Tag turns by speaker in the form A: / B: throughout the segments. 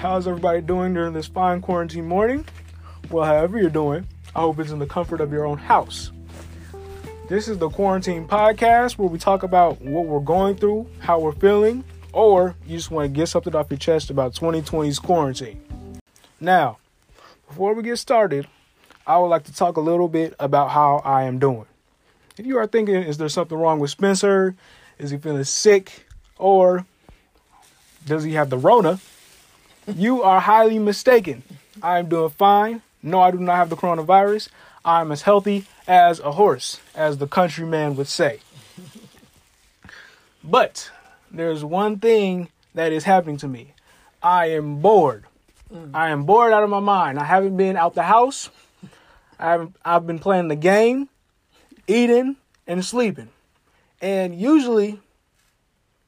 A: How's everybody doing during this fine quarantine morning? Well, however you're doing, I hope it's in the comfort of your own house. This is the Quarantine Podcast where we talk about what we're going through, how we're feeling, or you just want to get something off your chest about 2020's quarantine. Now, before we get started, I would like to talk a little bit about how I am doing. If you are thinking, is there something wrong with Spencer? Is he feeling sick? Or does he have the Rona? You are highly mistaken. I am doing fine. No, I do not have the coronavirus. I'm as healthy as a horse, as the countryman would say. But there's one thing that is happening to me. I am bored. I am bored out of my mind. I haven't been out the house. I've I've been playing the game, eating and sleeping. And usually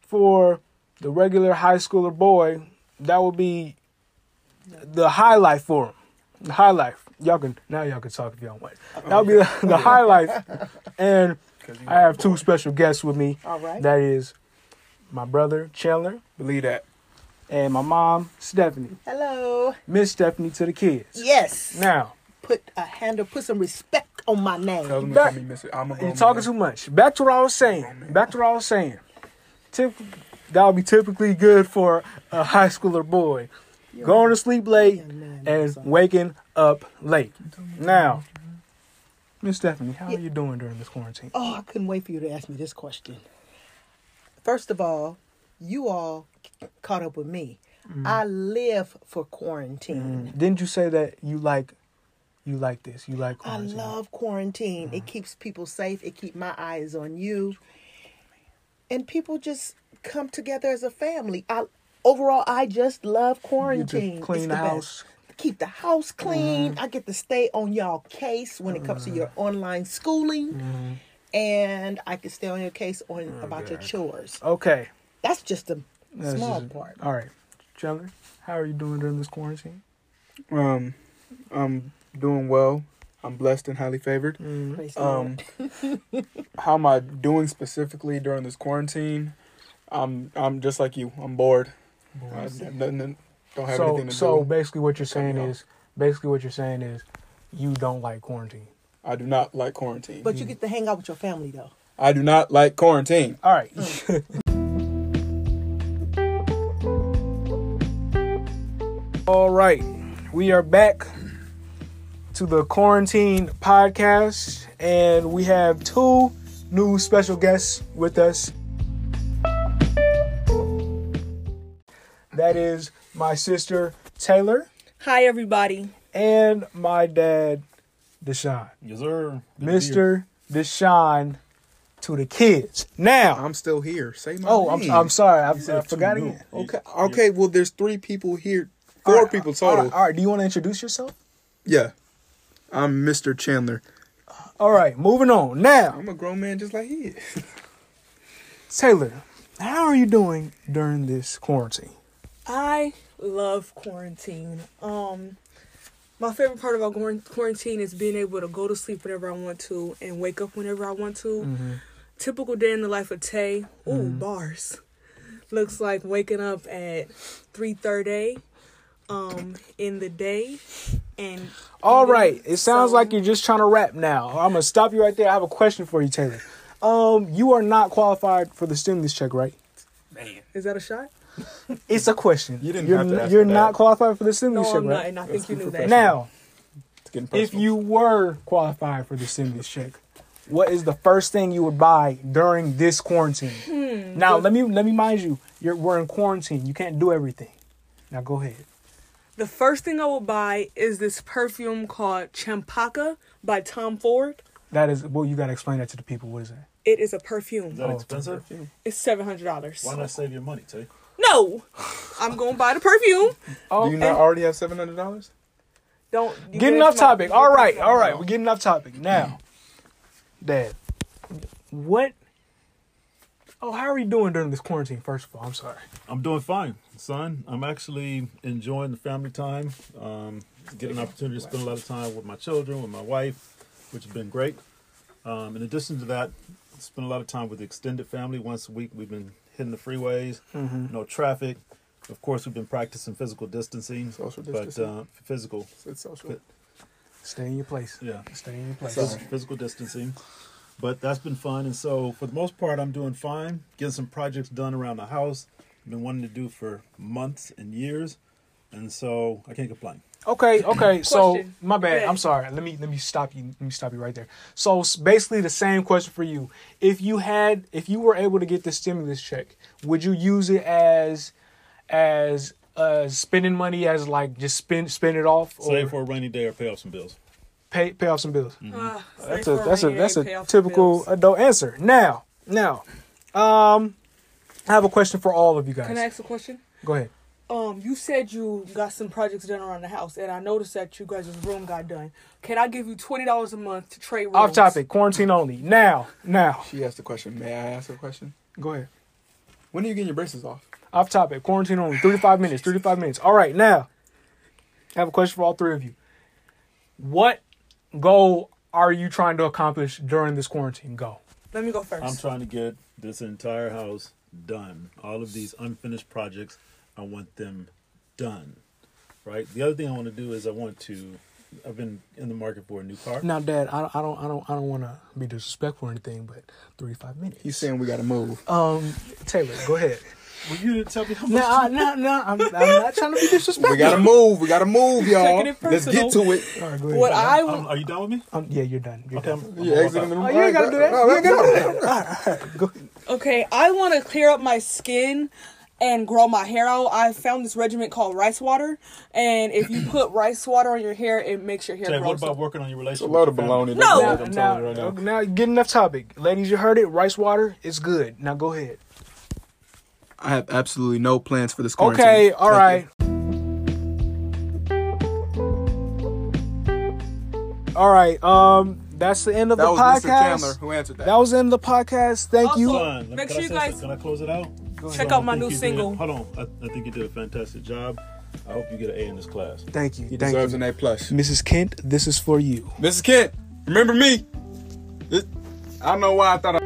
A: for the regular high schooler boy, that would be the high life for him. The high life. Y'all can now y'all can talk if y'all want. That would be the, the high life. And I have two special guests with me.
B: All right.
A: That is my brother Chandler
C: Believe that.
A: and my mom Stephanie.
B: Hello.
A: Miss Stephanie to the kids.
B: Yes.
A: Now,
B: Put a handle, put some respect on my
C: Tell
B: name.
C: them
A: Back-
C: to me, Mr. I'm a
A: You're
C: grown
A: talking
C: man.
A: too much. Back to what I was saying. Back to what I was saying. Tip, that would be typically good for a high schooler boy. Going to sleep late and waking up late. Now, Miss Stephanie, how are you doing during this quarantine?
B: Oh, I couldn't wait for you to ask me this question. First of all, you all c- caught up with me. I live for quarantine.
A: Mm, Didn't you say that you like, you like this? You like
B: I
A: quarantine?
B: love quarantine.
A: Mm-hmm.
B: It keeps people safe. It keeps my eyes on you. And people just come together as a family. I overall I just love quarantine.
A: clean
B: It's
A: the
B: best.
A: house. Mm-hmm.
B: Keep the house clean. I get to stay on y'all case when it comes to your online schooling.
A: Mm-hmm.
B: And I can stay on your case on about your chores.
A: Okay.
B: That's just a
A: Oh, That's
B: small
A: just- Mm-hmm.
B: part.
A: All right, Chandler, how are you doing during this quarantine?
C: Um, I'm doing well. I'm blessed and highly favored.
A: Mm.
B: Praise the
C: Um, how am I doing specifically during this quarantine? I'm I'm just like you. I'm bored. I, nothing- don't have
A: so,
C: anything to
A: so
C: do.
A: basically, what you're saying
C: off.
A: is, basically, what you're saying is, you don't like quarantine.
C: I do not like quarantine.
B: but
A: mm-hmm.
B: you get to hang out with your family though.
C: I do not like quarantine.
A: All right.
D: Hmm.
A: All right. We are back to the quarantine podcast, and we have two new special guests with us. That is my sister Taylor
D: Hi, everybody.
A: and my dad Deshaun.
E: Yes, sir. Good to be
A: Mr.
E: here.
A: Deshaun to the kids. Now,
C: I'm still here. Say my
A: Oh, I'm,
C: name.
A: I'm sorry. I,
E: said
A: I forgot
E: two
A: again.
E: new.
C: Okay. Okay. Well, there's three people here. Four people
A: All
C: total.
A: right, all right. Do you want to introduce yourself?
C: Yeah. I'm Mr. Chandler.
A: All right. Moving on. Now,
C: I'm a grown man just like he is.
A: Taylor, how are you doing during this quarantine?
D: I love quarantine. Um, my favorite part about quar- quarantine is being able to go to sleep whenever I want to and wake up whenever I want to.
E: Mm-hmm.
D: Typical day in the life of Tay. Ooh, bars. Looks like waking up at three thirty, um, in the day, and
A: All right. It sounds
D: So-
A: like you're just trying to rap now. I'm gonna stop you right there. I have a question for you, Taylor. Um, you are not qualified for the stimulus check, right?
D: is that a shot?
A: It's a question.
C: You didn't
A: You're,
C: have to ask
A: you're
C: me that.
A: not qualified for the
D: No,
A: stimulus check,
D: I'm not,
A: right?
D: and I think you knew that.
A: Now,
C: It's getting personal.
A: if you were qualified for the stimulus check, what is the first thing you would buy during this quarantine? now let me let me mind you, you're we're in quarantine. You can't do everything. Now go ahead.
D: The first thing I will buy is this perfume called Champaka by Tom Ford.
A: That is well, you gotta explain that to the people. What is that?
D: It is a
E: Is
D: perfume.
E: that expensive?
D: It's seven hundred dollars.
E: Why not save your money, Tay?
D: No, I'm gonna buy the perfume.
A: Oh,
C: Do you not already have seven hundred dollars?
D: Don't you
A: getting
D: get
A: off
D: it from-
A: topic. All right, all right, we're getting off topic now. Dad, what? Oh, how are you doing during this quarantine? First of all, I'm sorry.
E: I'm doing fine, son. I'm actually enjoying the family time. Um, get an opportunity to spend a lot of time with my children, with my wife, which has been great. Um, in addition to that, Mm-hmm. spend a lot of time with the extended family. Once a week, we've been hitting the freeways. No traffic. Of course, we've been practicing physical distancing,
C: Social
E: but
C: distancing.
E: uh, physical,
C: It's social.
A: Stay in your place.
E: yeah,
A: Stay in your place.
E: phys- physical distancing. But that's been fun, and so for the most part, I'm doing fine. Getting some projects done around the house. I've been wanting to do for months and years, and so I can't complain.
A: Okay, okay. So
D: Question.
A: my bad.
D: Okay.
A: I'm sorry. Let me let me stop you. Let me stop you right there. So s- basically, the same question for you. If you had, if you were able to get the stimulus check, would you use it as, as uh, spending money as like just spend spend it off or
E: Save for Mm-hmm. a rainy day or pay off some bills.
A: pay pay off some bills?
D: Ah,
A: That's
D: save
A: a
D: for
A: that's a
D: rainy
A: that's
D: day, pay
A: a
D: off the
A: typical uh,
D: bills.
A: adult answer. Now now, um, I have a question for all of you guys.
D: Can I ask a question?
A: Go ahead.
D: Um, you said you got some projects done around the house, and I noticed that you guys' room got done. Can I give you twenty dollars a month to trade rooms?
A: Off topic. Quarantine only. Now now.
C: She asked a question. May I ask a question?
A: Go ahead.
C: When are you getting your braces off?
A: Off topic. Quarantine only. 35 minutes. 35 minutes. All right, now. I have a question for all three of you. What goal are you trying to accomplish during this quarantine? Go.
D: Let me go 1st
E: I'm trying to get this entire house done. All of these unfinished projects, I want them done. Right. The other thing I want to do is I want to. I've been in the market for a new car.
A: Now, Dad, I, I don't I don't I don't want to be disrespectful or anything, but 35 minutes.
C: He's saying we gotta move.
A: um Taylor, go ahead.
E: Well, you didn't tell me how much.
A: No, I- no, no, I'm, I'm not trying to be disrespectful.
C: we gotta move. We gotta move, y'all.
D: Taking it
C: Let's get to it.
A: All right, go ahead.
D: What I
E: Um,
D: would,
E: are you done with me?
A: Um, yeah, you're done. You're
E: Okay,
A: done.
E: I'm- I'm
C: You
E: all
C: exiting the
E: about-
A: Oh, you ain't gotta do that. You ain't gotta do that.
D: okay, I want to clear up my skin and grow my hair out. I found this regimen called rice water, and if you put rice water on your hair, it makes your hair
E: Jay,
D: grow.
E: what about working on your
C: It's a
E: relationship?
C: load of
E: with your family?
C: baloney.
D: No.
C: That's what
A: now,
C: I'm
A: now,
C: telling you right now.
A: now, getting off topic. Ladies, you heard it. Rice water is good. Now go ahead.
C: I have absolutely no plans for this quarantine.
A: Okay, all
C: Thank
A: right.
C: you.
A: All right, um, that's the end of
C: That
A: the
C: was
A: podcast.
C: Mr. Chandler who answered that.
A: That was the end of the podcast. Thank you.
D: Also-
E: Fun. Let me-
D: Make
E: can
D: sure
E: I
D: you
E: say
D: guys
E: something? Can I close it out?
D: Check
E: So
D: out
E: I
D: my
E: think
D: new
E: you did-
D: single.
E: hold on. I, I think you did a fantastic job. I hope you get an A in this class.
A: Thank you.
C: he
A: Thank
C: deserves
A: you.
C: an A plus.
A: Mrs. Kent, this is for you.
C: Mrs. Kent, remember me? It- I don't know why I thought I.